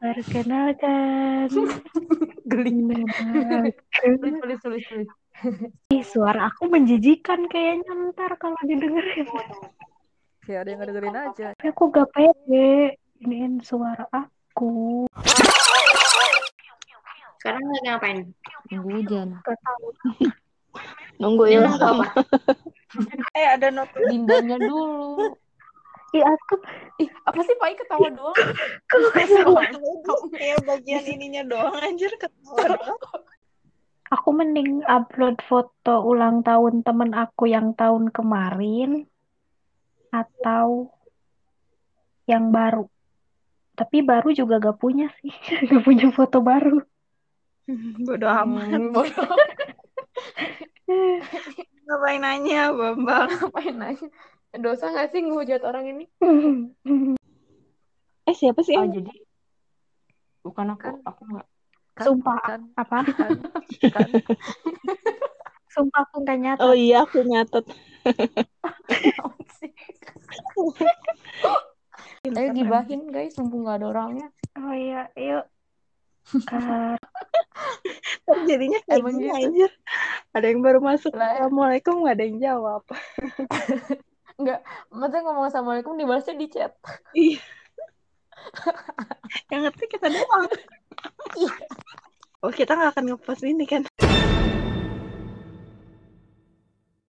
Perkenalkan. Geling. Tulis, Perkenalkan. tulis, tulis, tulis. Ih, suara aku menjijikan kayaknya ntar kalau didengerin. Kayak ada yang dengerin aja. Tapi aku gak pede. Iniin suara aku. Sekarang lagi ngapain? Nunggu hujan. Gak tahu. Nunggu ilham. Eh ada notif Lindanya dulu. Ih, aku Ih, apa sih Pai ketawa doang? kok ketawa. kayak bagian ininya doang anjir ketawa. Aku mending upload foto ulang tahun temen aku yang tahun kemarin atau yang baru. Tapi baru juga gak punya sih. Gak punya foto baru. Bodo amat. Hmm, bodoh Ngapain nanya, Bambang? ngapain nanya. Dosa gak sih ngehujat orang ini? Eh siapa sih? Oh, yang- jadi bukan aku, aku nggak. Sumpah. Kan, Apa? kan, kan. Sumpah aku gak nyata. Oh iya aku nyatet. Apa sih? Iya, Ayo kan. gibahin guys, mumpung gak ada orangnya. Oh iya, yuk. Eh, Ntar Jadinya Eh, kayak Emang gitu. gini iya, anjir. Ada yang baru masuk. Lah. Assalamualaikum nggak ada yang jawab. Maksudnya ngomong assalamualaikum dibalasnya di chat. Yang ngerti kita doang. Oh kita nggak akan ngepost ini kan?